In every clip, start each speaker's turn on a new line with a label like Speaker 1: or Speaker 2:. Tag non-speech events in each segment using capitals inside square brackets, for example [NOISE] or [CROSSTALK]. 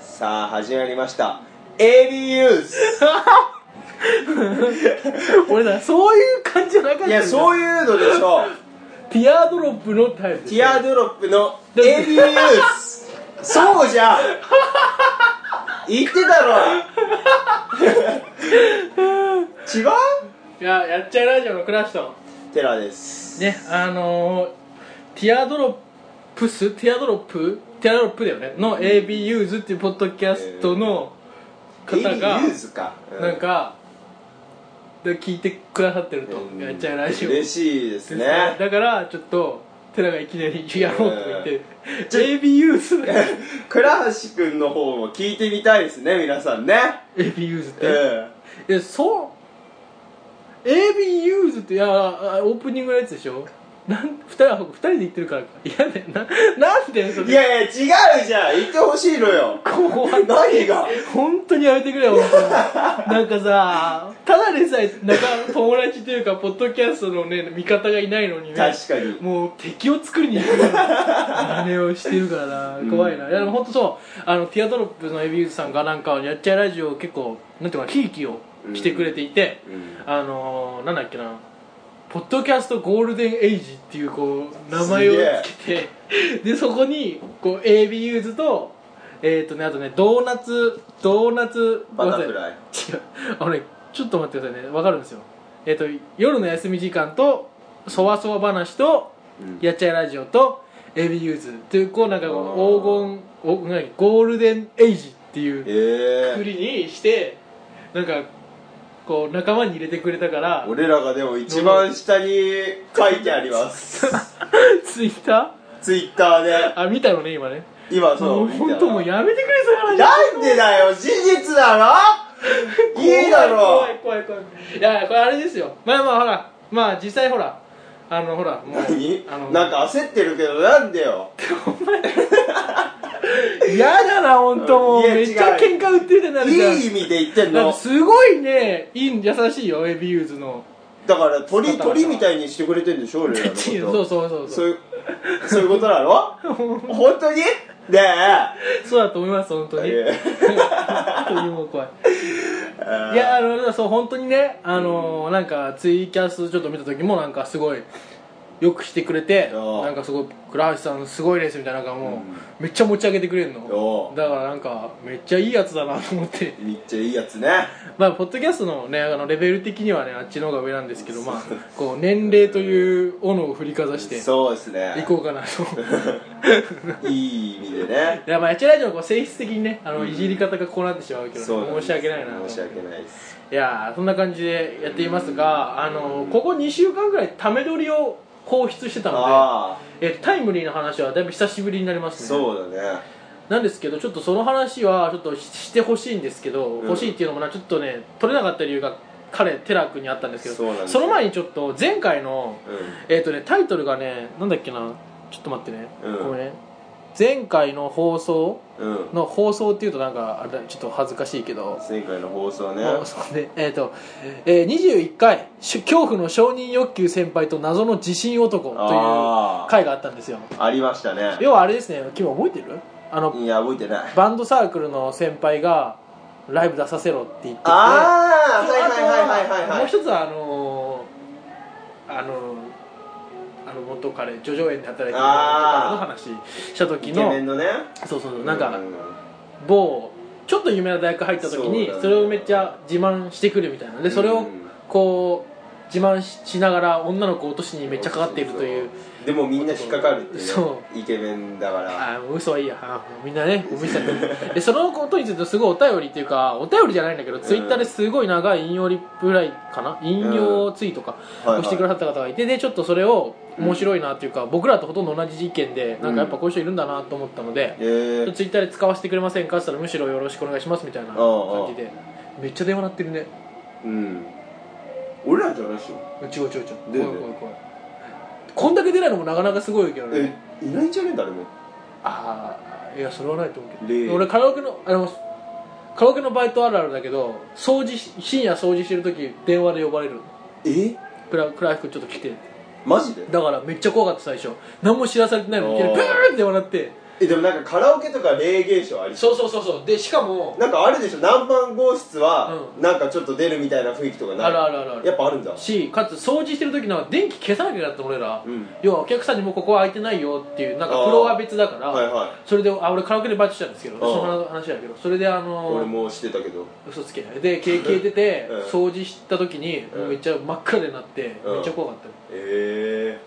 Speaker 1: さあ始まりましたエビユース
Speaker 2: 俺だそういう感じじゃなかった
Speaker 1: いやそう
Speaker 2: いう
Speaker 1: いうのでしょ
Speaker 2: ティアドロップのタイプ
Speaker 1: ティアドロップのエビユースそうじゃん言ってたろ違う
Speaker 2: いややっちゃいラジオのクラッシュと
Speaker 1: テラです
Speaker 2: ねあのー、ティアドロップスティアドロップティアドロップだよねの AB ユーズっていうポッドキャストの
Speaker 1: エビ
Speaker 2: 方
Speaker 1: ユ
Speaker 2: が
Speaker 1: ースか、う
Speaker 2: なんかで聞いてくださってると、
Speaker 1: うん
Speaker 2: やっちゃいラジオ
Speaker 1: 嬉しいですね
Speaker 2: だからちょっと寺がいきなりやろうと言って、
Speaker 1: ちょ
Speaker 2: AB ユーズ
Speaker 1: 倉橋くんの方も聞いてみたいですね皆さんね
Speaker 2: AB ユーズって、
Speaker 1: うん
Speaker 2: えそう AB ユーズっていやあオープニングのやつでしょなん2人は二人で言ってるからか嫌だよななんでそ
Speaker 1: い
Speaker 2: れ
Speaker 1: やいや違うじゃん言ってほしいのよ
Speaker 2: 怖い
Speaker 1: 何が
Speaker 2: 本当にやめてくれよ本当になんかさただでさえなんか友達というかポッドキャストのね味方がいないのにね
Speaker 1: 確かに
Speaker 2: もう敵を作りに行くような真似をしてるからな怖いな、いやでも本当そうあのティアドロップのエビユーズさんがなんかやっちゃいラジオを結構なんていうかひいきをしてくれていて、
Speaker 1: うん
Speaker 2: あのー、なんだっけなポッドキャストゴールデンエイジっていうこう名前をつけて [LAUGHS] でそこにこう AB ユーズとえっ、ー、とねあとねドーナツドーナツ
Speaker 1: バタフライ
Speaker 2: 違うあのねちょっと待ってくださいねわかるんですよえっ、と夜の休み時間とそわそわ話と
Speaker 1: うん
Speaker 2: やっちゃいラジオと AB ユーズというこうなんか
Speaker 1: あ
Speaker 2: こう黄金お何ゴールデンエイジっていう
Speaker 1: え
Speaker 2: 作
Speaker 1: え
Speaker 2: りにしてなんかこう仲間に入れてくれたから
Speaker 1: 俺らがでも一番下に書いてあります
Speaker 2: ツイッタ
Speaker 1: ツイッター
Speaker 2: ー
Speaker 1: で
Speaker 2: あ見たのね今ね
Speaker 1: 今そう
Speaker 2: もう
Speaker 1: 見た
Speaker 2: 本当もうやめてくれその話
Speaker 1: なんでだよ事実だろいいだろ
Speaker 2: 怖い怖い怖い怖いいやいやこれあれですよまあまあほらまあ実際ほらあのほらもう
Speaker 1: 何
Speaker 2: あの
Speaker 1: なんか焦ってるけどなんでよ
Speaker 2: 嫌だな本当もう
Speaker 1: いや
Speaker 2: めっちゃ
Speaker 1: 違う
Speaker 2: 喧嘩売ってるじゃない
Speaker 1: い
Speaker 2: ですか
Speaker 1: い意味で言ってん
Speaker 2: なん
Speaker 1: の
Speaker 2: かすごいねいい優しいよエビユーズの
Speaker 1: だから鳥
Speaker 2: 方々
Speaker 1: 鳥みたいにしてくれてんでしょ俺らのこと
Speaker 2: [LAUGHS] そうそうそう
Speaker 1: そ
Speaker 2: そうう
Speaker 1: いうそういうことな
Speaker 2: [LAUGHS]
Speaker 1: の本当にねえ
Speaker 2: そうだと思います本当に
Speaker 1: え
Speaker 2: [LAUGHS] 本当にもう怖いいやあのだからそう本当にねあの、なんかツイキャスちょっと見た時もなんかすごいよくしてくれて
Speaker 1: ああ
Speaker 2: なんかすごい倉橋さんすごいですみたいななんかもう、
Speaker 1: うん
Speaker 2: めっちゃ持ち上げてくれるの
Speaker 1: ああ
Speaker 2: だからなんかめっちゃいいやつだなと思って [LAUGHS]
Speaker 1: めっちゃいいやつね
Speaker 2: まあポッドキャストのねあのレベル的にはねあっちの方が上なんですけどまあこう年齢という斧を振りかざして
Speaker 1: そうです
Speaker 2: い
Speaker 1: ね
Speaker 2: こうかなと [LAUGHS]
Speaker 1: いい意味でね
Speaker 2: いやまあやっちゃラジオのこう性質的にねあのいじり方がこうなってしまうけどね、
Speaker 1: そうなんです
Speaker 2: 申し訳ないなと思って
Speaker 1: 申し訳ないです
Speaker 2: いやーそんな感じでやっていますがあのここ2週間ぐらいため撮りを放出してたの
Speaker 1: ああ
Speaker 2: でえタイムリーな話はだいぶ久しぶりになりますね
Speaker 1: そうだね
Speaker 2: なんですけどちょっとその話はちょっとししてほしいんですけど、
Speaker 1: ん
Speaker 2: 欲しいっていうのもなちょっとね取れなかった理由が彼テラ君にあったんですけど
Speaker 1: そうなんですよ
Speaker 2: の前にちょっと前回の
Speaker 1: う
Speaker 2: えっ、とねタイトルがねなんだっけなちょっと待ってね、
Speaker 1: うん
Speaker 2: ごめんね前回の放送
Speaker 1: んうん
Speaker 2: の放送っていうとなんかあれだちょっと恥ずかしいけど
Speaker 1: 前回の放送ね
Speaker 2: もうそうねえっ、と、えー、21回「し恐怖の承認欲求先輩と謎の自信男」という
Speaker 1: あ
Speaker 2: 回があったんですよ
Speaker 1: あありましたね
Speaker 2: 要はあれですね君覚えてるあの、
Speaker 1: いや覚えてない
Speaker 2: バンドサークルの先輩がライブ出させろって言ってて
Speaker 1: ああ
Speaker 2: そう
Speaker 1: はいはいはいはい
Speaker 2: あとは
Speaker 1: はい
Speaker 2: もう
Speaker 1: はい
Speaker 2: 一つはあのーあのーあの元彼叙々苑で働いてる元彼の話した時
Speaker 1: イケ
Speaker 2: の
Speaker 1: メンのね
Speaker 2: そうそうそうなんか、
Speaker 1: う
Speaker 2: 某ちょっと有名な大学入った時
Speaker 1: そ
Speaker 2: に
Speaker 1: うだね
Speaker 2: それをめっちゃ自慢してくるみたいなでそれ
Speaker 1: う
Speaker 2: を
Speaker 1: ん
Speaker 2: こう自慢ししながら女の子を落としにめっちゃかかっているという
Speaker 1: でもみんな引っかかるっていうね
Speaker 2: そ
Speaker 1: イケメンだから
Speaker 2: ああもう嘘はいいやあーもうみんなねお店
Speaker 1: [LAUGHS]
Speaker 2: でそのことについてすごいお便りっていうかお便りじゃないんだけどツイッターですごい長い引用リプライかな引用ツイートか
Speaker 1: はいはい
Speaker 2: をしてくださった方がいてでちょっとそれを面白いなっていうか僕らとほとんど同じ意見でなんかやっぱこういう人いるんだなと思ったので
Speaker 1: えー
Speaker 2: ツイッターで使わせてくれませんかって言ったらむしろよろしくお願いしますみたいな感じでめっちゃ電話鳴ってるね
Speaker 1: うん俺らじゃないっしょ
Speaker 2: うちうちうち
Speaker 1: で
Speaker 2: 怖い怖い怖いこんだけ出ないのもなかなかすごいけど
Speaker 1: え
Speaker 2: ね
Speaker 1: いないんじゃねえ誰も
Speaker 2: ああいやそれはないと思うけ
Speaker 1: で
Speaker 2: ど俺カラオケのあのカラオケのバイトあるあるだけど掃除し深夜掃除してる時電話で呼ばれる
Speaker 1: え
Speaker 2: クラ倉橋君ちょっと来て
Speaker 1: マジで
Speaker 2: だからめっちゃ怖かった最初何も知らされてないのにいきなり
Speaker 1: おー
Speaker 2: ブーンって笑って
Speaker 1: えでもなんかカラオケとか霊現象あり
Speaker 2: そうそうそうそうでしかも
Speaker 1: なんかあるでしょ何番号室はなんかちょっと出るみたいな雰囲気とかない
Speaker 2: あるあるあるある
Speaker 1: やっぱあるんだ
Speaker 2: しかつ掃除してる時なんか電気消さなきゃだって俺ら、
Speaker 1: うん
Speaker 2: 要はお客さんにもうここは空いてないよっていうなんかフロア別だから、
Speaker 1: はいはい
Speaker 2: それであ俺カラオケでバイトしてたんですけど
Speaker 1: ん
Speaker 2: その話だけどそれであの
Speaker 1: 俺
Speaker 2: ー、
Speaker 1: もしてたけど
Speaker 2: 嘘つけないで消消えて
Speaker 1: [LAUGHS]
Speaker 2: て、
Speaker 1: うん
Speaker 2: 掃除した時に、もうめっちゃ真っ暗になって、
Speaker 1: うん
Speaker 2: めっちゃ怖かっ
Speaker 1: え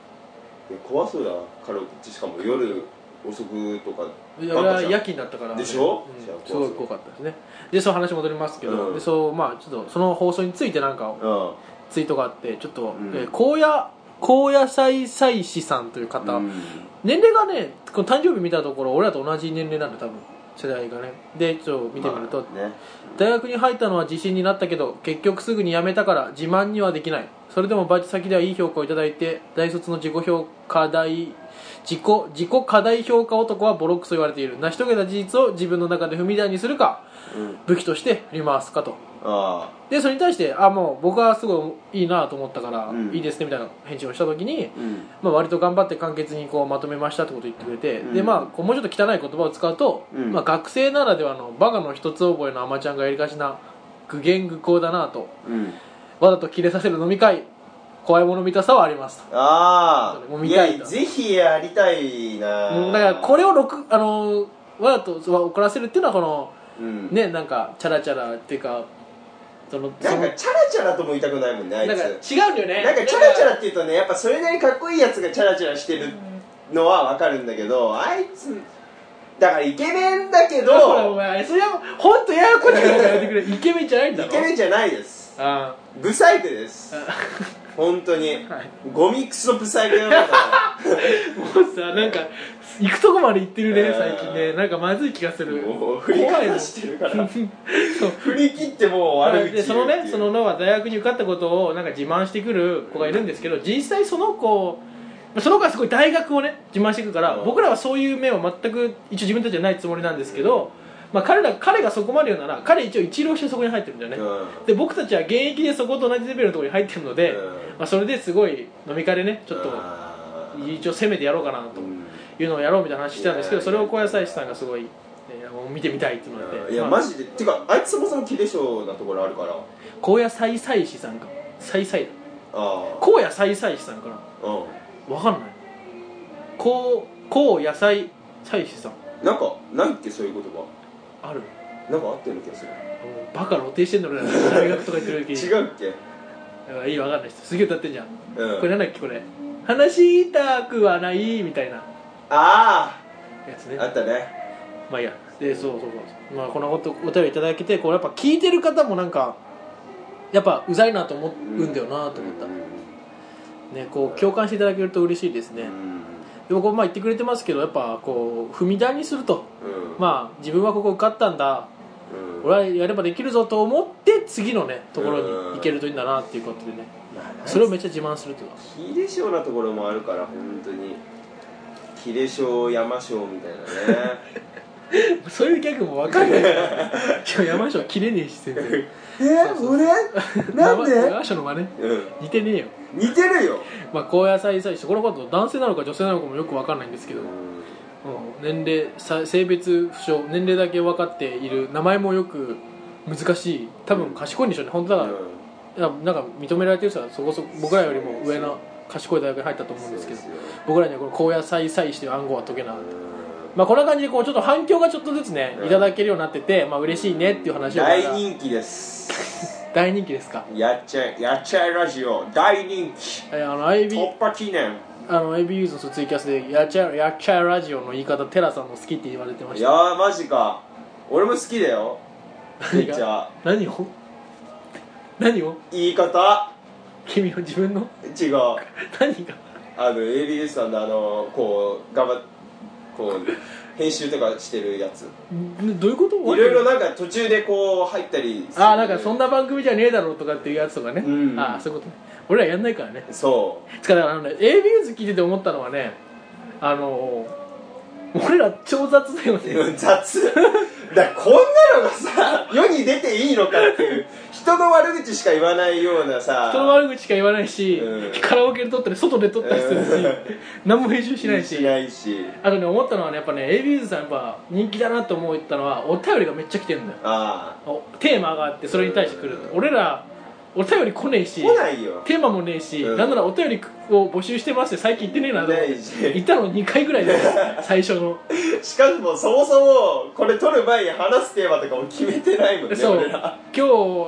Speaker 1: え怖そうだなカラオケしかも夜遅くとか
Speaker 2: た俺は夜勤だったから
Speaker 1: でしょ
Speaker 2: うん
Speaker 1: じゃあ怖
Speaker 2: すごい
Speaker 1: そう
Speaker 2: 怖かったですねでその話戻りますけど、
Speaker 1: うん
Speaker 2: でそうまあちょっとその放送についてなんか
Speaker 1: うん
Speaker 2: ツイートがあってちょっと、
Speaker 1: うん
Speaker 2: えー高野高野菜祭司さんという方、
Speaker 1: うん
Speaker 2: 年齢がねこの誕生日見たところ俺らと同じ年齢なんだ多分世代がねでちょっと見てみると、
Speaker 1: まあね
Speaker 2: 大学に入ったのは自信になったけど結局すぐに辞めたから自慢にはできないそれでもバイト先ではいい評価をいただいて大卒の自己評価大自己自己課題評価男はボロクソ言われている成し遂げた事実を自分の中で踏み台にするか
Speaker 1: うん
Speaker 2: 武器として振り回すかと
Speaker 1: あ
Speaker 2: でそれに対してあもう僕はすごいいいなと思ったから、
Speaker 1: うん
Speaker 2: いいですねみたいな返事をした時に
Speaker 1: あ、うん
Speaker 2: まあ、割と頑張って簡潔にこうまとめましたってことを言ってくれて、
Speaker 1: うん
Speaker 2: でまあこうもうちょっと汚い言葉を使うと、
Speaker 1: うん
Speaker 2: まあ、学生ならではのバカの一つ覚えのアマちゃんがやりがちな具現具行だなと
Speaker 1: うん
Speaker 2: わざと切れさせる飲み会怖いもの見たさはあります
Speaker 1: あ
Speaker 2: もう
Speaker 1: あ
Speaker 2: 見たいんだ
Speaker 1: ぜひやりたいな
Speaker 2: とうんだからこれを録あのーわざとは怒らせるっていうのはこの
Speaker 1: うん
Speaker 2: ねなんかチャラチャラっていうかそのそ
Speaker 1: な
Speaker 2: の
Speaker 1: んかチャラチャラとも言いたくないもんねあいつ
Speaker 2: なんか違うんだよね
Speaker 1: なんかチャラチャラって言うとねやっぱそれなりにかっこいいやつがチャラチャラしてるのはわかるんだけどあいつだからイケメンだけ
Speaker 2: どうほらお
Speaker 1: ど
Speaker 2: 前それは本当ややこしいことやめてくれイケメンじゃないんだ
Speaker 1: イ
Speaker 2: ろ
Speaker 1: ケメンじゃないです
Speaker 2: あ
Speaker 1: ブサイクです
Speaker 2: あ
Speaker 1: 本当に
Speaker 2: はい
Speaker 1: ゴミクソブサイクだか
Speaker 2: もうさなんか行くとこまで行ってる
Speaker 1: う
Speaker 2: ね
Speaker 1: ん
Speaker 2: 最近ねなんかまずい気がす
Speaker 1: ら
Speaker 2: る
Speaker 1: もう振
Speaker 2: 怖
Speaker 1: り
Speaker 2: い [LAUGHS]
Speaker 1: 返
Speaker 2: の
Speaker 1: してるから
Speaker 2: そう [LAUGHS]
Speaker 1: 振り切ってもう悪口言うってい
Speaker 2: で
Speaker 1: う
Speaker 2: そのねそののは大学に受かったことをなんか自慢してくる子がいるんですけど実際その子その子はすごい大学をね自慢してくるから、
Speaker 1: うん
Speaker 2: 僕らはそういう面は全く一応自分たちじゃないつもりなんですけど、まあ、彼ら彼がそこまで言うなら彼一応一浪してそこに入ってるんだよね、
Speaker 1: う
Speaker 2: で僕たちは現役でそこと同じレベルのところに入ってるので、
Speaker 1: うん
Speaker 2: まあ、それですごい飲み会でねちょっと
Speaker 1: あー
Speaker 2: 一応攻めてやろうかな
Speaker 1: う
Speaker 2: と
Speaker 1: ん
Speaker 2: いうのをやろうみたいな話してたんですけど
Speaker 1: いやいやいや
Speaker 2: それを小野菜師さんがすごい、えーもう見てみたいって言われて
Speaker 1: いや
Speaker 2: まあ
Speaker 1: マジでてかあいつそもそもキレ性なところあるから
Speaker 2: 高野菜菜師さんか菜菜だ
Speaker 1: あ
Speaker 2: 高野菜菜師さんかな
Speaker 1: あうん
Speaker 2: わかんない高高野菜菜師さん
Speaker 1: なんかないっけそういう言葉
Speaker 2: ある
Speaker 1: なんかあったような気がする
Speaker 2: もうバカ露呈してんの俺ら大学とか行ってる時
Speaker 1: 違うっけ
Speaker 2: だからいいわかんない人すげえ歌ってんじゃん、
Speaker 1: うん
Speaker 2: これなんだっけこれ話したくはないみたいな
Speaker 1: あ
Speaker 2: やつね
Speaker 1: ああったね
Speaker 2: まあいいやでそうそうそうまあこのことお便りいただけてこうやっぱ聞いてる方もなんかやっぱうざいなと思うんだよなと思った、ねこう共感していただけると嬉しいですね、でもこうまあ言ってくれてますけどやっぱこう踏み台にすると
Speaker 1: あ
Speaker 2: まあ自分はここ受かったんだ俺はやればできるぞと思って次のねところに行けるといいんだなっていうことでねそれをめっちゃ自慢するっていうのは
Speaker 1: キレ性なところもあるから本当にキレ性山性みたいなね
Speaker 2: [LAUGHS] そういうギャグも分かん [LAUGHS] ないしかも山下は切れねえし全 [LAUGHS] 然
Speaker 1: え俺
Speaker 2: 山下の真似
Speaker 1: うん
Speaker 2: 似てねえよ
Speaker 1: 似てるよ
Speaker 2: まあ高野菜菜師このこと男性なのか女性なのかもよく分かんないんですけど、うん年齢さ性別不詳年齢だけ分かっている名前もよく難しい多分賢いんでしょうね本当だから、いやなんか認められてる人はそこそこ僕らよりも上の賢い大学に入ったと思うんですけど僕らにはこの高野菜菜師という暗号は解けなかったまあこんな感じでこうちょっと反響がちょっとずつね
Speaker 1: うん
Speaker 2: いただけるようになっててまあ嬉しいねっていう話を
Speaker 1: 大人気です
Speaker 2: 大人気ですか
Speaker 1: やっちゃえやっちゃえラジオ大人気
Speaker 2: えーあの IB
Speaker 1: 突破記念
Speaker 2: あの AB ユーズのツイキャスでやっちゃえやっちゃえラジオの言い方テラさんの好きって言われてま
Speaker 1: い
Speaker 2: し
Speaker 1: や
Speaker 2: た
Speaker 1: ーマジか俺も好きだよめ
Speaker 2: 何
Speaker 1: っち
Speaker 2: が
Speaker 1: ゃ
Speaker 2: 何を何を
Speaker 1: 言い方
Speaker 2: 君を自分の
Speaker 1: 違うあ
Speaker 2: 何が
Speaker 1: の ABS さんのあのこう頑張っこう編集とかしてるやつ
Speaker 2: んどういうこと
Speaker 1: いろいろなんか途中でこう入ったりする
Speaker 2: ああなんかそんな番組じゃねえだろうとかっていうやつとかね、
Speaker 1: うん
Speaker 2: ああそういうことね俺らやんないからね
Speaker 1: そ
Speaker 2: つかだからあのね AB ユーズ聞いてて思ったのはねあのー、俺ら超雑だよね
Speaker 1: う雑だからこんなのがさ世に出ていいのかっていう人の悪口しか言わないようなさ
Speaker 2: 人の悪口しか言わないし、
Speaker 1: うん
Speaker 2: カラオケで撮ったり外で撮ったりするし、
Speaker 1: うん
Speaker 2: 何も編集しないし
Speaker 1: しないし
Speaker 2: あとね思ったのはねやっぱね a b ーズさんやっぱ人気だなと思ったのはお便りがめっちゃ来てるんだよ
Speaker 1: あ
Speaker 2: おテーマがあってそれに対して来るの、俺らお便り来ねえ
Speaker 1: あ
Speaker 2: し
Speaker 1: 来ないよ
Speaker 2: テーマもねえし、
Speaker 1: うん
Speaker 2: なんならお便りを募集してますって最近言ってねえなと思っ
Speaker 1: ないして
Speaker 2: 言ったの2回ぐらいです
Speaker 1: [LAUGHS]
Speaker 2: 最初の
Speaker 1: しかもそもそもこれ撮る前に話すテーマとかも決めてないもんね
Speaker 2: そう
Speaker 1: 俺ら
Speaker 2: 今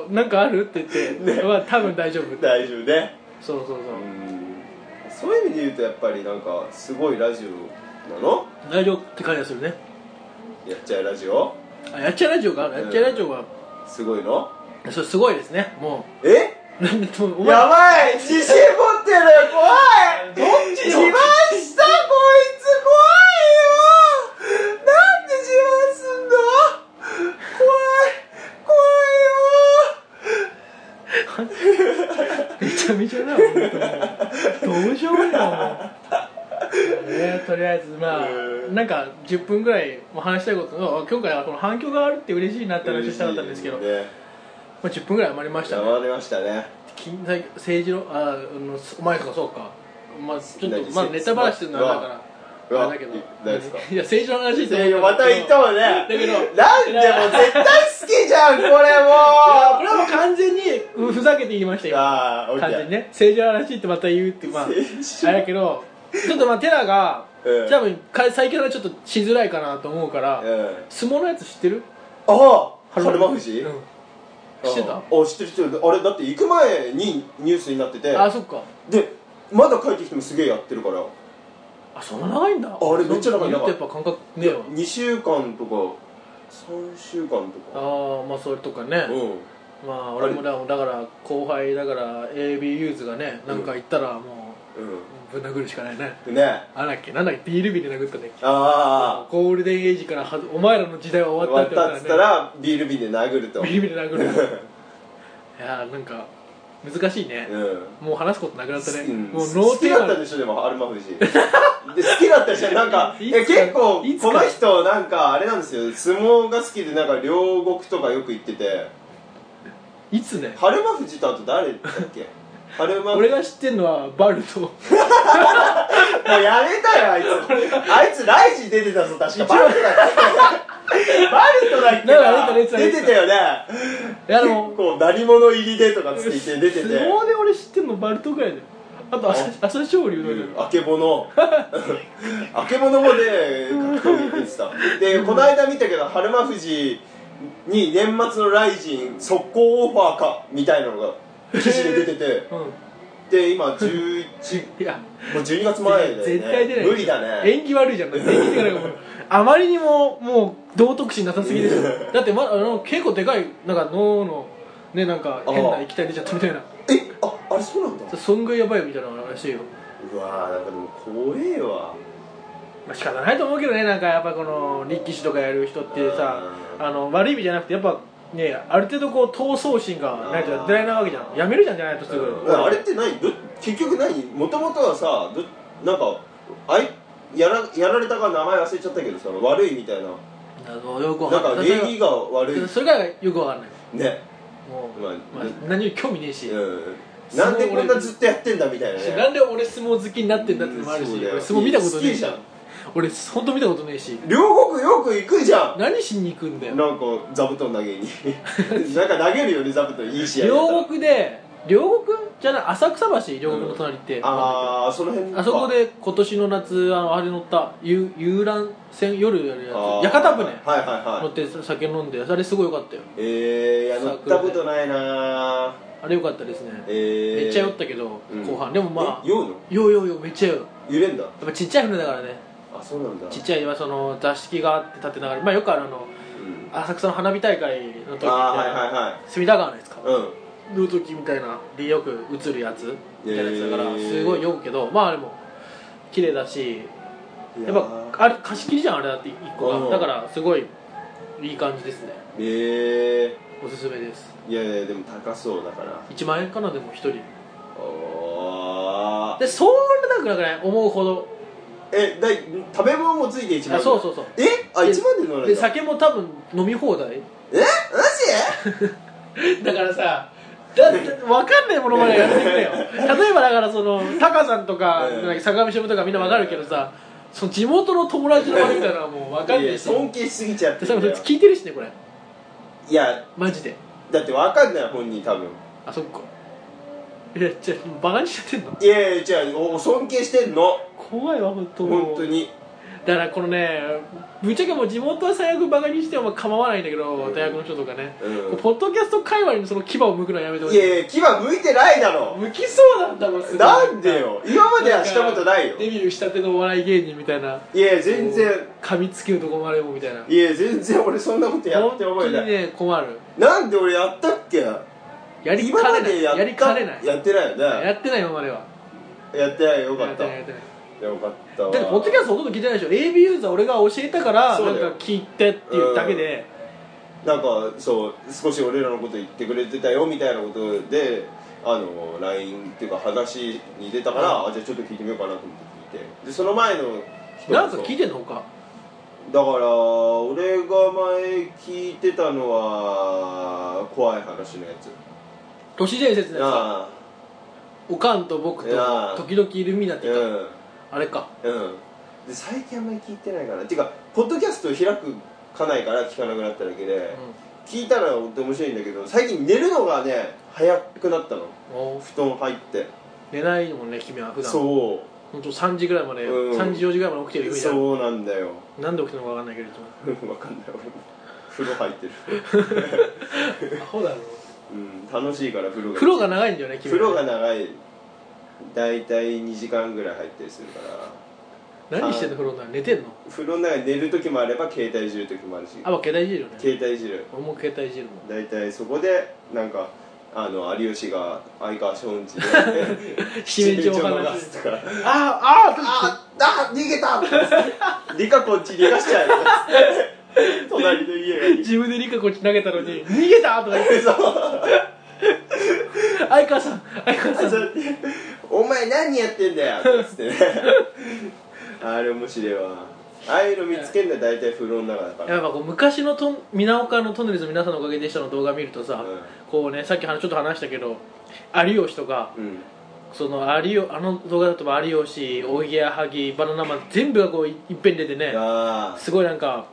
Speaker 2: 日なんかあるって言って、
Speaker 1: ね
Speaker 2: まあ多分大丈夫
Speaker 1: 大丈夫ね
Speaker 2: そうそうそう、
Speaker 1: うんそういう意味で言うとやっぱりなんかすごいラジオなの
Speaker 2: 大丈夫って感じがするね
Speaker 1: やっちゃえラジオ
Speaker 2: あやっちゃいラジオが
Speaker 1: ん
Speaker 2: やっちゃいラジオが、
Speaker 1: すごいの
Speaker 2: それすごいですねも
Speaker 1: え
Speaker 2: うなんでもうお前
Speaker 1: やばい自信持ってる怖い
Speaker 2: どっち
Speaker 1: 自
Speaker 2: の
Speaker 1: 慢したこいつ怖いよなんで自慢すんの怖
Speaker 2: めちゃめちゃだよ本当もうどうしようもないよもうねとりあえずまあ
Speaker 1: うん
Speaker 2: なんか10分ぐらいも話したいことが今回はこの反響があるって嬉しいなって
Speaker 1: 怖いよ
Speaker 2: 話をしたかったんですけど、
Speaker 1: 嬉しいね
Speaker 2: まあ、10分ぐらい余りました
Speaker 1: や
Speaker 2: ね
Speaker 1: ばれましたね
Speaker 2: 金財政治のああのお前とかそうかまあちょっと
Speaker 1: 何
Speaker 2: まあネタバラシするのはだか
Speaker 1: う
Speaker 2: ら
Speaker 1: わ
Speaker 2: あれだけど
Speaker 1: い大丈夫ですか
Speaker 2: いや政治の話
Speaker 1: いやいやまた言った
Speaker 2: も
Speaker 1: もんねなんで
Speaker 2: けど
Speaker 1: もう絶対好きじゃんこれ
Speaker 2: これ
Speaker 1: もう
Speaker 2: はもう完全にうんふざけて言いました
Speaker 1: [LAUGHS]
Speaker 2: よ
Speaker 1: ああオッ
Speaker 2: 完
Speaker 1: ケ
Speaker 2: 全
Speaker 1: ー
Speaker 2: にね政治の話ってまた言うってま
Speaker 1: [LAUGHS]
Speaker 2: あ
Speaker 1: 政治
Speaker 2: あれだけどちょっとまあテラが
Speaker 1: うん
Speaker 2: 多分か最近はちょっとしづらいかなと思うから
Speaker 1: うん
Speaker 2: 相撲のやつ知ってる
Speaker 1: ああ春馬富士
Speaker 2: うん知ってた
Speaker 1: ああ知ってる知ってるあれだって行く前にニュースになってて
Speaker 2: あそっか
Speaker 1: でまだ帰ってきてもすげえやってるから
Speaker 2: あそんな長いんだ
Speaker 1: あれめっちゃ長い
Speaker 2: 日本ってやっぱ感覚ねえわ
Speaker 1: 2週間とか3週間とか
Speaker 2: ああまあそれとかね、
Speaker 1: うん
Speaker 2: まあ俺もだだから後輩だから AB ユーズがねなんか言ったらもうぶん殴るしかないね
Speaker 1: うんね
Speaker 2: あなんだっけなんだっけビール瓶で殴ったんだっけ
Speaker 1: ああ
Speaker 2: ゴールデンエイジからはお前らの時代は終わ
Speaker 1: 終わっ
Speaker 2: っ
Speaker 1: た
Speaker 2: た
Speaker 1: っ
Speaker 2: っ
Speaker 1: つっ
Speaker 2: て言
Speaker 1: た
Speaker 2: うから
Speaker 1: ビール瓶で殴ると
Speaker 2: らねビール瓶で殴るいやーなんか難しいね、
Speaker 1: うん
Speaker 2: もう話すことなくなったね、
Speaker 1: うん
Speaker 2: もうノ
Speaker 1: 好
Speaker 2: ーテ
Speaker 1: き
Speaker 2: ー
Speaker 1: だ
Speaker 2: マ
Speaker 1: ったでしょでもアルマ富士で好きだったでしょなんか
Speaker 2: い
Speaker 1: え
Speaker 2: つか
Speaker 1: 結構
Speaker 2: いつか
Speaker 1: この人なんかあれなんですよ相撲が好きでなんか両国とかよく行ってて
Speaker 2: いつね
Speaker 1: 春馬富士とあと誰だっけ春馬
Speaker 2: 俺が知ってんのはバルと
Speaker 1: もうやめたよあい
Speaker 2: [LAUGHS]
Speaker 1: つあいつライジ出てたぞ確かバルトだっけバルト
Speaker 2: [LAUGHS]
Speaker 1: だっけ
Speaker 2: なんか
Speaker 1: な
Speaker 2: 出てた
Speaker 1: 出
Speaker 2: 出
Speaker 1: てた
Speaker 2: てた
Speaker 1: よね
Speaker 2: いやで
Speaker 1: 結
Speaker 2: も
Speaker 1: 構何者入りでとかつって [LAUGHS] 言って出て
Speaker 2: 相
Speaker 1: て
Speaker 2: 撲で俺知ってんのバルとぐらいだよあと朝朝青龍だけど
Speaker 1: あけぼの [LAUGHS] あけぼのもね格闘技出てたでこの間見たけど春馬富士に年末のライジン速攻オファーかみたいなのが記事で出てて
Speaker 2: うん
Speaker 1: で今11
Speaker 2: いや
Speaker 1: もう12月前だよね
Speaker 2: 絶対出ない
Speaker 1: 無理だね
Speaker 2: 縁起悪いじゃんだって縁起がな
Speaker 1: [LAUGHS]
Speaker 2: いもうあまりにももう道徳心なさすぎでしょだって、ま、あの結構でかいなんか脳のねなんか変な液体出ちゃったみたいな
Speaker 1: えああれそうなんだ
Speaker 2: そんぐらいやばいよみたいなのらしいよ、
Speaker 1: うわーなんかでも怖えわ
Speaker 2: まあ、仕方ないと思うけどねなんかやっぱこの力士とかやる人ってさあの悪い意味じゃなくてやっぱねある程度こう闘争心がないとやってられないわけじゃんやめるじゃんじゃないとすぐ、
Speaker 1: あれって何ど結局何もともとはさどなんかあいやらやられたか名前忘れちゃったけどさ悪いみたいな
Speaker 2: なんかよくわ
Speaker 1: なん
Speaker 2: か
Speaker 1: か
Speaker 2: んない
Speaker 1: 礼儀が悪い
Speaker 2: それからよくわかんない
Speaker 1: ね
Speaker 2: もう、
Speaker 1: まあ
Speaker 2: まあ、何より興味ねえし、
Speaker 1: うんなんでこんなずっとやってんだみたいな
Speaker 2: し
Speaker 1: ね
Speaker 2: なんで俺相撲好きになってんだってのもあるし、
Speaker 1: うんそうだよ
Speaker 2: 俺相撲見たことね
Speaker 1: 好
Speaker 2: え
Speaker 1: き
Speaker 2: し
Speaker 1: じゃん
Speaker 2: 俺本当見たことねえし
Speaker 1: 両国よく行くじゃん
Speaker 2: 何しに行くんだよ
Speaker 1: なんか座布団投げに [LAUGHS] なんか投げるよね座布団いい試合だったら
Speaker 2: 両国で両国じゃない浅草橋両国の隣って、
Speaker 1: ああその辺か
Speaker 2: あそこで今年の夏あのあれ乗った遊遊覧船夜やるや
Speaker 1: あー
Speaker 2: つ屋形船
Speaker 1: はいはい
Speaker 2: 乗
Speaker 1: は
Speaker 2: っ
Speaker 1: い
Speaker 2: て酒飲んであれすごい良かったよ
Speaker 1: ええいや乗ったことないなー
Speaker 2: あれ良かったですね、
Speaker 1: えー、
Speaker 2: めっちゃ酔ったけど、
Speaker 1: うん
Speaker 2: 後半でもまあ
Speaker 1: え酔うの
Speaker 2: よよよめっちゃ酔う
Speaker 1: 揺れんだ
Speaker 2: やっぱちっちゃい船だからね
Speaker 1: あそうなんだ
Speaker 2: ちっちゃいその座敷があって立てながらまあよくあるあの
Speaker 1: うん
Speaker 2: 浅草の花火大会の時み
Speaker 1: あ
Speaker 2: たいな
Speaker 1: あはいは
Speaker 2: 隅田川のやつか
Speaker 1: いはいうん
Speaker 2: の時みたいなでよく映るやつみたいなやつだか
Speaker 1: へ
Speaker 2: ら
Speaker 1: ー
Speaker 2: すごい酔うけどまあでも綺麗だしやっ
Speaker 1: いー
Speaker 2: ぱあれ貸し切りじゃんあれだって一個
Speaker 1: う
Speaker 2: が
Speaker 1: ん
Speaker 2: だからすごいいい感じですね
Speaker 1: ええ
Speaker 2: おすすめです
Speaker 1: いやいやでも高そうだから
Speaker 2: 1万円かなでも1人
Speaker 1: おー
Speaker 2: でそんな高くなくない思うほど
Speaker 1: えだい食べ物もついて1万
Speaker 2: あそうそうそう
Speaker 1: えあ
Speaker 2: で
Speaker 1: 一1万で乗られ
Speaker 2: で
Speaker 1: た [LAUGHS]
Speaker 2: 酒も多分飲み放題
Speaker 1: えマジ
Speaker 2: だからさだって分かんないものまでやってくれよ例えばだからそのタカさんとか
Speaker 1: うん
Speaker 2: なんか坂上忍とかみんな分かるけどさその地元の友達の悪いからはもう分かん
Speaker 1: い
Speaker 2: ない
Speaker 1: や
Speaker 2: し
Speaker 1: 尊敬しすぎちゃって
Speaker 2: で
Speaker 1: るん
Speaker 2: 多
Speaker 1: だ
Speaker 2: 分
Speaker 1: よ
Speaker 2: 聞いてるしねこれ
Speaker 1: いや
Speaker 2: マジで
Speaker 1: だって分かんない本人多分
Speaker 2: あそっかいやじゃあバカにしちゃってんの
Speaker 1: いやいや違うお尊敬してんの
Speaker 2: 怖いわ本当
Speaker 1: 本当に
Speaker 2: だからこのねぶっちゃけもう地元は最悪バカにしても構わないんだけど大学の人とかね、
Speaker 1: うん
Speaker 2: こうポッドキャスト界隈にその牙を剥くのはやめてほし
Speaker 1: い
Speaker 2: い
Speaker 1: やいや牙向いてないだろ
Speaker 2: 剥きそうなんだもんすごい
Speaker 1: なんでよ今まではしたことないよ
Speaker 2: デビューしたてのお笑い芸人みたいない
Speaker 1: や全然
Speaker 2: 噛みつきのとこもあれもみたいない
Speaker 1: や全然俺そんなことやって覚え
Speaker 2: 本当に
Speaker 1: ない
Speaker 2: ね困る
Speaker 1: なんで俺やったっけ
Speaker 2: やり
Speaker 1: 今
Speaker 2: か
Speaker 1: ま
Speaker 2: ねな
Speaker 1: でや
Speaker 2: いや
Speaker 1: った
Speaker 2: りかねない
Speaker 1: やってないよ
Speaker 2: や
Speaker 1: ね
Speaker 2: ってない今までは
Speaker 1: やってないよよか
Speaker 2: や
Speaker 1: っ
Speaker 2: って
Speaker 1: た
Speaker 2: ないやってない
Speaker 1: よかったわ
Speaker 2: だってポッドキャストほとんど聞いてないでしょ AB ユーザー俺が教えたから
Speaker 1: そ
Speaker 2: な
Speaker 1: うんだ
Speaker 2: か
Speaker 1: よ
Speaker 2: 聞いてっていうだけで
Speaker 1: なんかそう少し俺らのこと言ってくれてたよみたいなことであの LINE っていうか話に出たから、あじゃあちょっと聞いてみようかなと思って聞いてでその前の人も
Speaker 2: なんか聞い
Speaker 1: だ
Speaker 2: てんの他
Speaker 1: から俺が前聞いてたのは怖い話のやつ
Speaker 2: 都市伝説のやつか
Speaker 1: あ
Speaker 2: おかんと僕と
Speaker 1: いや
Speaker 2: 時々イルミナテ
Speaker 1: う
Speaker 2: ィか、
Speaker 1: ん
Speaker 2: あれか
Speaker 1: うんで最近あんまり聞いてないからていうかポッドキャスト開くかないから聞かなくなっただけで、
Speaker 2: う
Speaker 1: 聞いたら本当面白いんだけど最近寝るのがね早くなったの
Speaker 2: んお
Speaker 1: 布団入って
Speaker 2: 寝ないもんね君は普段
Speaker 1: そう
Speaker 2: 本当3時ぐらいまで、
Speaker 1: うん
Speaker 2: 3時4時ぐらいまで起きてるよみたい
Speaker 1: そうなんだよ [LAUGHS]
Speaker 2: ななんで起きてるのか分かんないけれども
Speaker 1: 分かんない俺も風呂入ってる
Speaker 2: アホだろ
Speaker 1: うん楽しいから風呂が
Speaker 2: 風呂が長いんだよね君
Speaker 1: 風呂が
Speaker 2: ね
Speaker 1: 長い大体2時間ぐらい入ったりするから
Speaker 2: 何してんの風呂の中寝てんの
Speaker 1: 風呂の中に寝る時もあれば携帯いじる時もあるし
Speaker 2: あまあ携帯いじるよね
Speaker 1: 携帯いじる
Speaker 2: 俺も携帯いじるもん
Speaker 1: 大体そこでなんかあの有吉が相川松陰
Speaker 2: [LAUGHS]
Speaker 1: 寺で [LAUGHS]
Speaker 2: 七面鳥
Speaker 1: 七面
Speaker 2: の
Speaker 1: 鳥
Speaker 2: 話
Speaker 1: すとか
Speaker 2: ああ
Speaker 1: ああ逃げたリカこっち逃がし [LAUGHS] ちゃう隣の家が逃げ
Speaker 2: 自分でリカこっち投げたのに逃げた
Speaker 1: [LAUGHS]
Speaker 2: とか言って
Speaker 1: て [LAUGHS] そう
Speaker 2: 相川さん相川さん
Speaker 1: お前何やってんだよっつってねあれ面白いわああいうの見つけんだよ大体風呂の中だから
Speaker 2: やっぱこう昔のとん皆岡のトンネルズの皆さんのおかげでしたの動画見るとさ、
Speaker 1: うん
Speaker 2: こうねさっき話ちょっと話したけど有吉とか
Speaker 1: うん
Speaker 2: その有吉あの動画だと有吉おいげやはぎバナナマン全部がこういいっぺんに出てね
Speaker 1: あ
Speaker 2: すごいなんか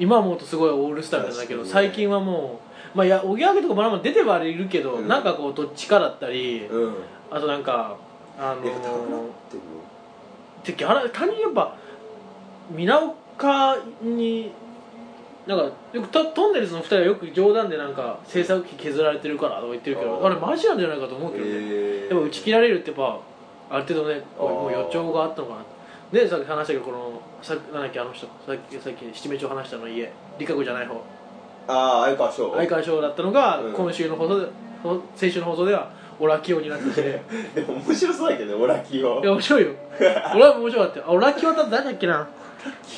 Speaker 2: 今思うとすごいオールスターみたいだけど、
Speaker 1: 確かにね
Speaker 2: 最近はもうまあいやおぎやはぎとかバナナマン出てはいるけど、
Speaker 1: うん
Speaker 2: なんかこうどっちかだったり、
Speaker 1: あうん
Speaker 2: あとなんかあの
Speaker 1: やっぱ高くなっ
Speaker 2: ー、
Speaker 1: てる
Speaker 2: でギャラ単にやっぱ皆岡になんかよくトトンネルズの2人はよく冗談でなんか制作費削られてるからとか言ってるけど
Speaker 1: あ
Speaker 2: あ
Speaker 1: ー
Speaker 2: れマジなんじゃないかと思うけどね、
Speaker 1: え
Speaker 2: でも打ち切
Speaker 1: ら
Speaker 2: られるってやっぱある程度ね
Speaker 1: あー
Speaker 2: もう予兆があったのかなでさっき話したけどこのさなんだっけあの人さっきさっき七面鳥話したの家理香子じゃない方
Speaker 1: ああ相川翔
Speaker 2: 相川翔だったのが、
Speaker 1: うん
Speaker 2: 今週の放送でほ先週の放送ではオラキオになってて
Speaker 1: でも面白そうだけどねオラキオ
Speaker 2: いや
Speaker 1: [LAUGHS]
Speaker 2: 面白いよ俺は面白かったよあオラキオとあと誰だっけな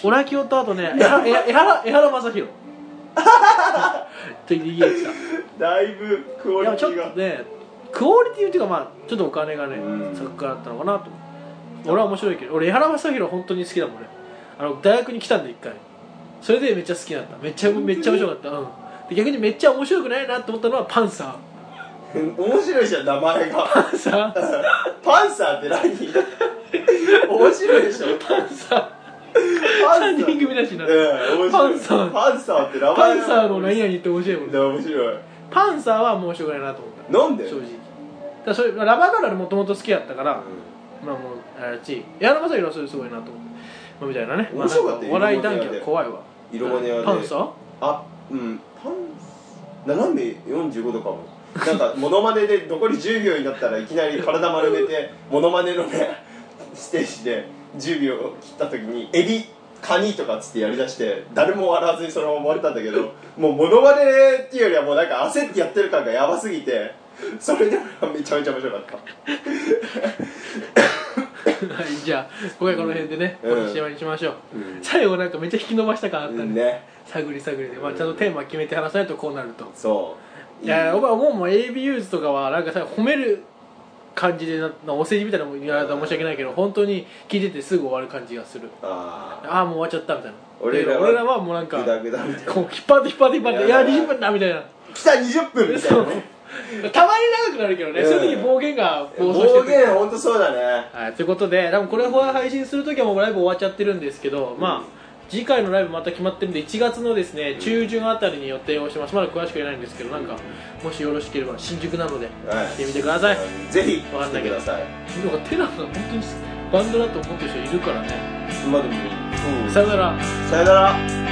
Speaker 2: オラキオとあとね江原江原江原正
Speaker 1: [LAUGHS]
Speaker 2: 宏と言い合ってた
Speaker 1: だいぶクオ
Speaker 2: い
Speaker 1: リ
Speaker 2: や
Speaker 1: テ
Speaker 2: ちょ
Speaker 1: ィ
Speaker 2: っ
Speaker 1: が
Speaker 2: とねクオリティっていうかまあちょっとお金がね、
Speaker 1: うん
Speaker 2: 作家だったのかなと俺は面白いけど俺江原正宏本当に好きだもんねあの大学に来たんで一回それでめっちゃ好きだっためっちゃめっちゃ面白かった、うん、で逆にめっちゃ面白くないなと思ったのはパ
Speaker 1: [LAUGHS]
Speaker 2: ンサ
Speaker 1: 面白いじゃん名前が [LAUGHS]
Speaker 2: ーパンサー
Speaker 1: パンサーって何面白いでし
Speaker 2: [LAUGHS]
Speaker 1: ょ
Speaker 2: パンサ
Speaker 1: パ
Speaker 2: ー3人組だしな、
Speaker 1: うん面白い
Speaker 2: パンサー
Speaker 1: パンサーって名前
Speaker 2: パンサーの何々って面白いもんね
Speaker 1: で面白い
Speaker 2: パンサーは面白くないなと思った
Speaker 1: なんで
Speaker 2: 正直だからそれラバーガールもともと好きやったから、まあもうあれだし矢原正宏はそれすごいなと思って、まあ、みたいなね
Speaker 1: 面白かったよ
Speaker 2: まあなんお笑い談義は怖いわ
Speaker 1: 色物屋で
Speaker 2: パンサー [LAUGHS]
Speaker 1: あうんパン斜め45度かもなんかモノマネで残り10秒になったらいきなり体丸めてモノマネのねステージで10秒切った時にエビカニとかっつってやりだして誰も笑わずにそのまま終わったんだけどもうモノマネっていうよりはもうなんか焦ってやってる感がやばすぎてそれで俺はめちゃめちゃ面白かった
Speaker 2: はいじゃあ今回この辺でね、
Speaker 1: うん
Speaker 2: この CM にしましょう、
Speaker 1: うん
Speaker 2: 最後なんかめっちゃ引き伸ばした感あったね、
Speaker 1: ね
Speaker 2: 探り探りで、まあ、ちゃんとテーマ決めて話さないとこうなると、
Speaker 1: そう
Speaker 2: いやお前思うもん AB ユーズとかはなんかさ褒める感じでななお世辞みたいなのも言われたら申し訳ないけど本当に聞いててすぐ終わる感じがする
Speaker 1: ああ
Speaker 2: ああもう終わっちゃったみたいな
Speaker 1: 俺らは
Speaker 2: 俺らはもうなんか
Speaker 1: グダグダみたいな
Speaker 2: こう引っ張って引っ張って引っ張っていや
Speaker 1: いや
Speaker 2: 20分だみたいな
Speaker 1: 来た20分みたいなね
Speaker 2: [LAUGHS] たまに長くなるけどね、
Speaker 1: うん
Speaker 2: そういう時暴言が暴走して
Speaker 1: 暴
Speaker 2: る
Speaker 1: 言本当そうだね
Speaker 2: はい、ということで多分これ配信する時はもうライブ終わっちゃってるんですけど、まあ次回のライブまた決まってるんで1月のですね中旬あたりに予定をしてますまだ詳しく言えないんですけどなんかもしよろしければ新宿なので
Speaker 1: はい
Speaker 2: 来てみてください、
Speaker 1: ぜひ
Speaker 2: わか
Speaker 1: 来
Speaker 2: ん
Speaker 1: て
Speaker 2: ないけ
Speaker 1: く
Speaker 2: ど
Speaker 1: ださい
Speaker 2: なんかテラスは本当にバンドだと思ってる人いるからね
Speaker 1: まあでもうん
Speaker 2: さよなら
Speaker 1: さよなら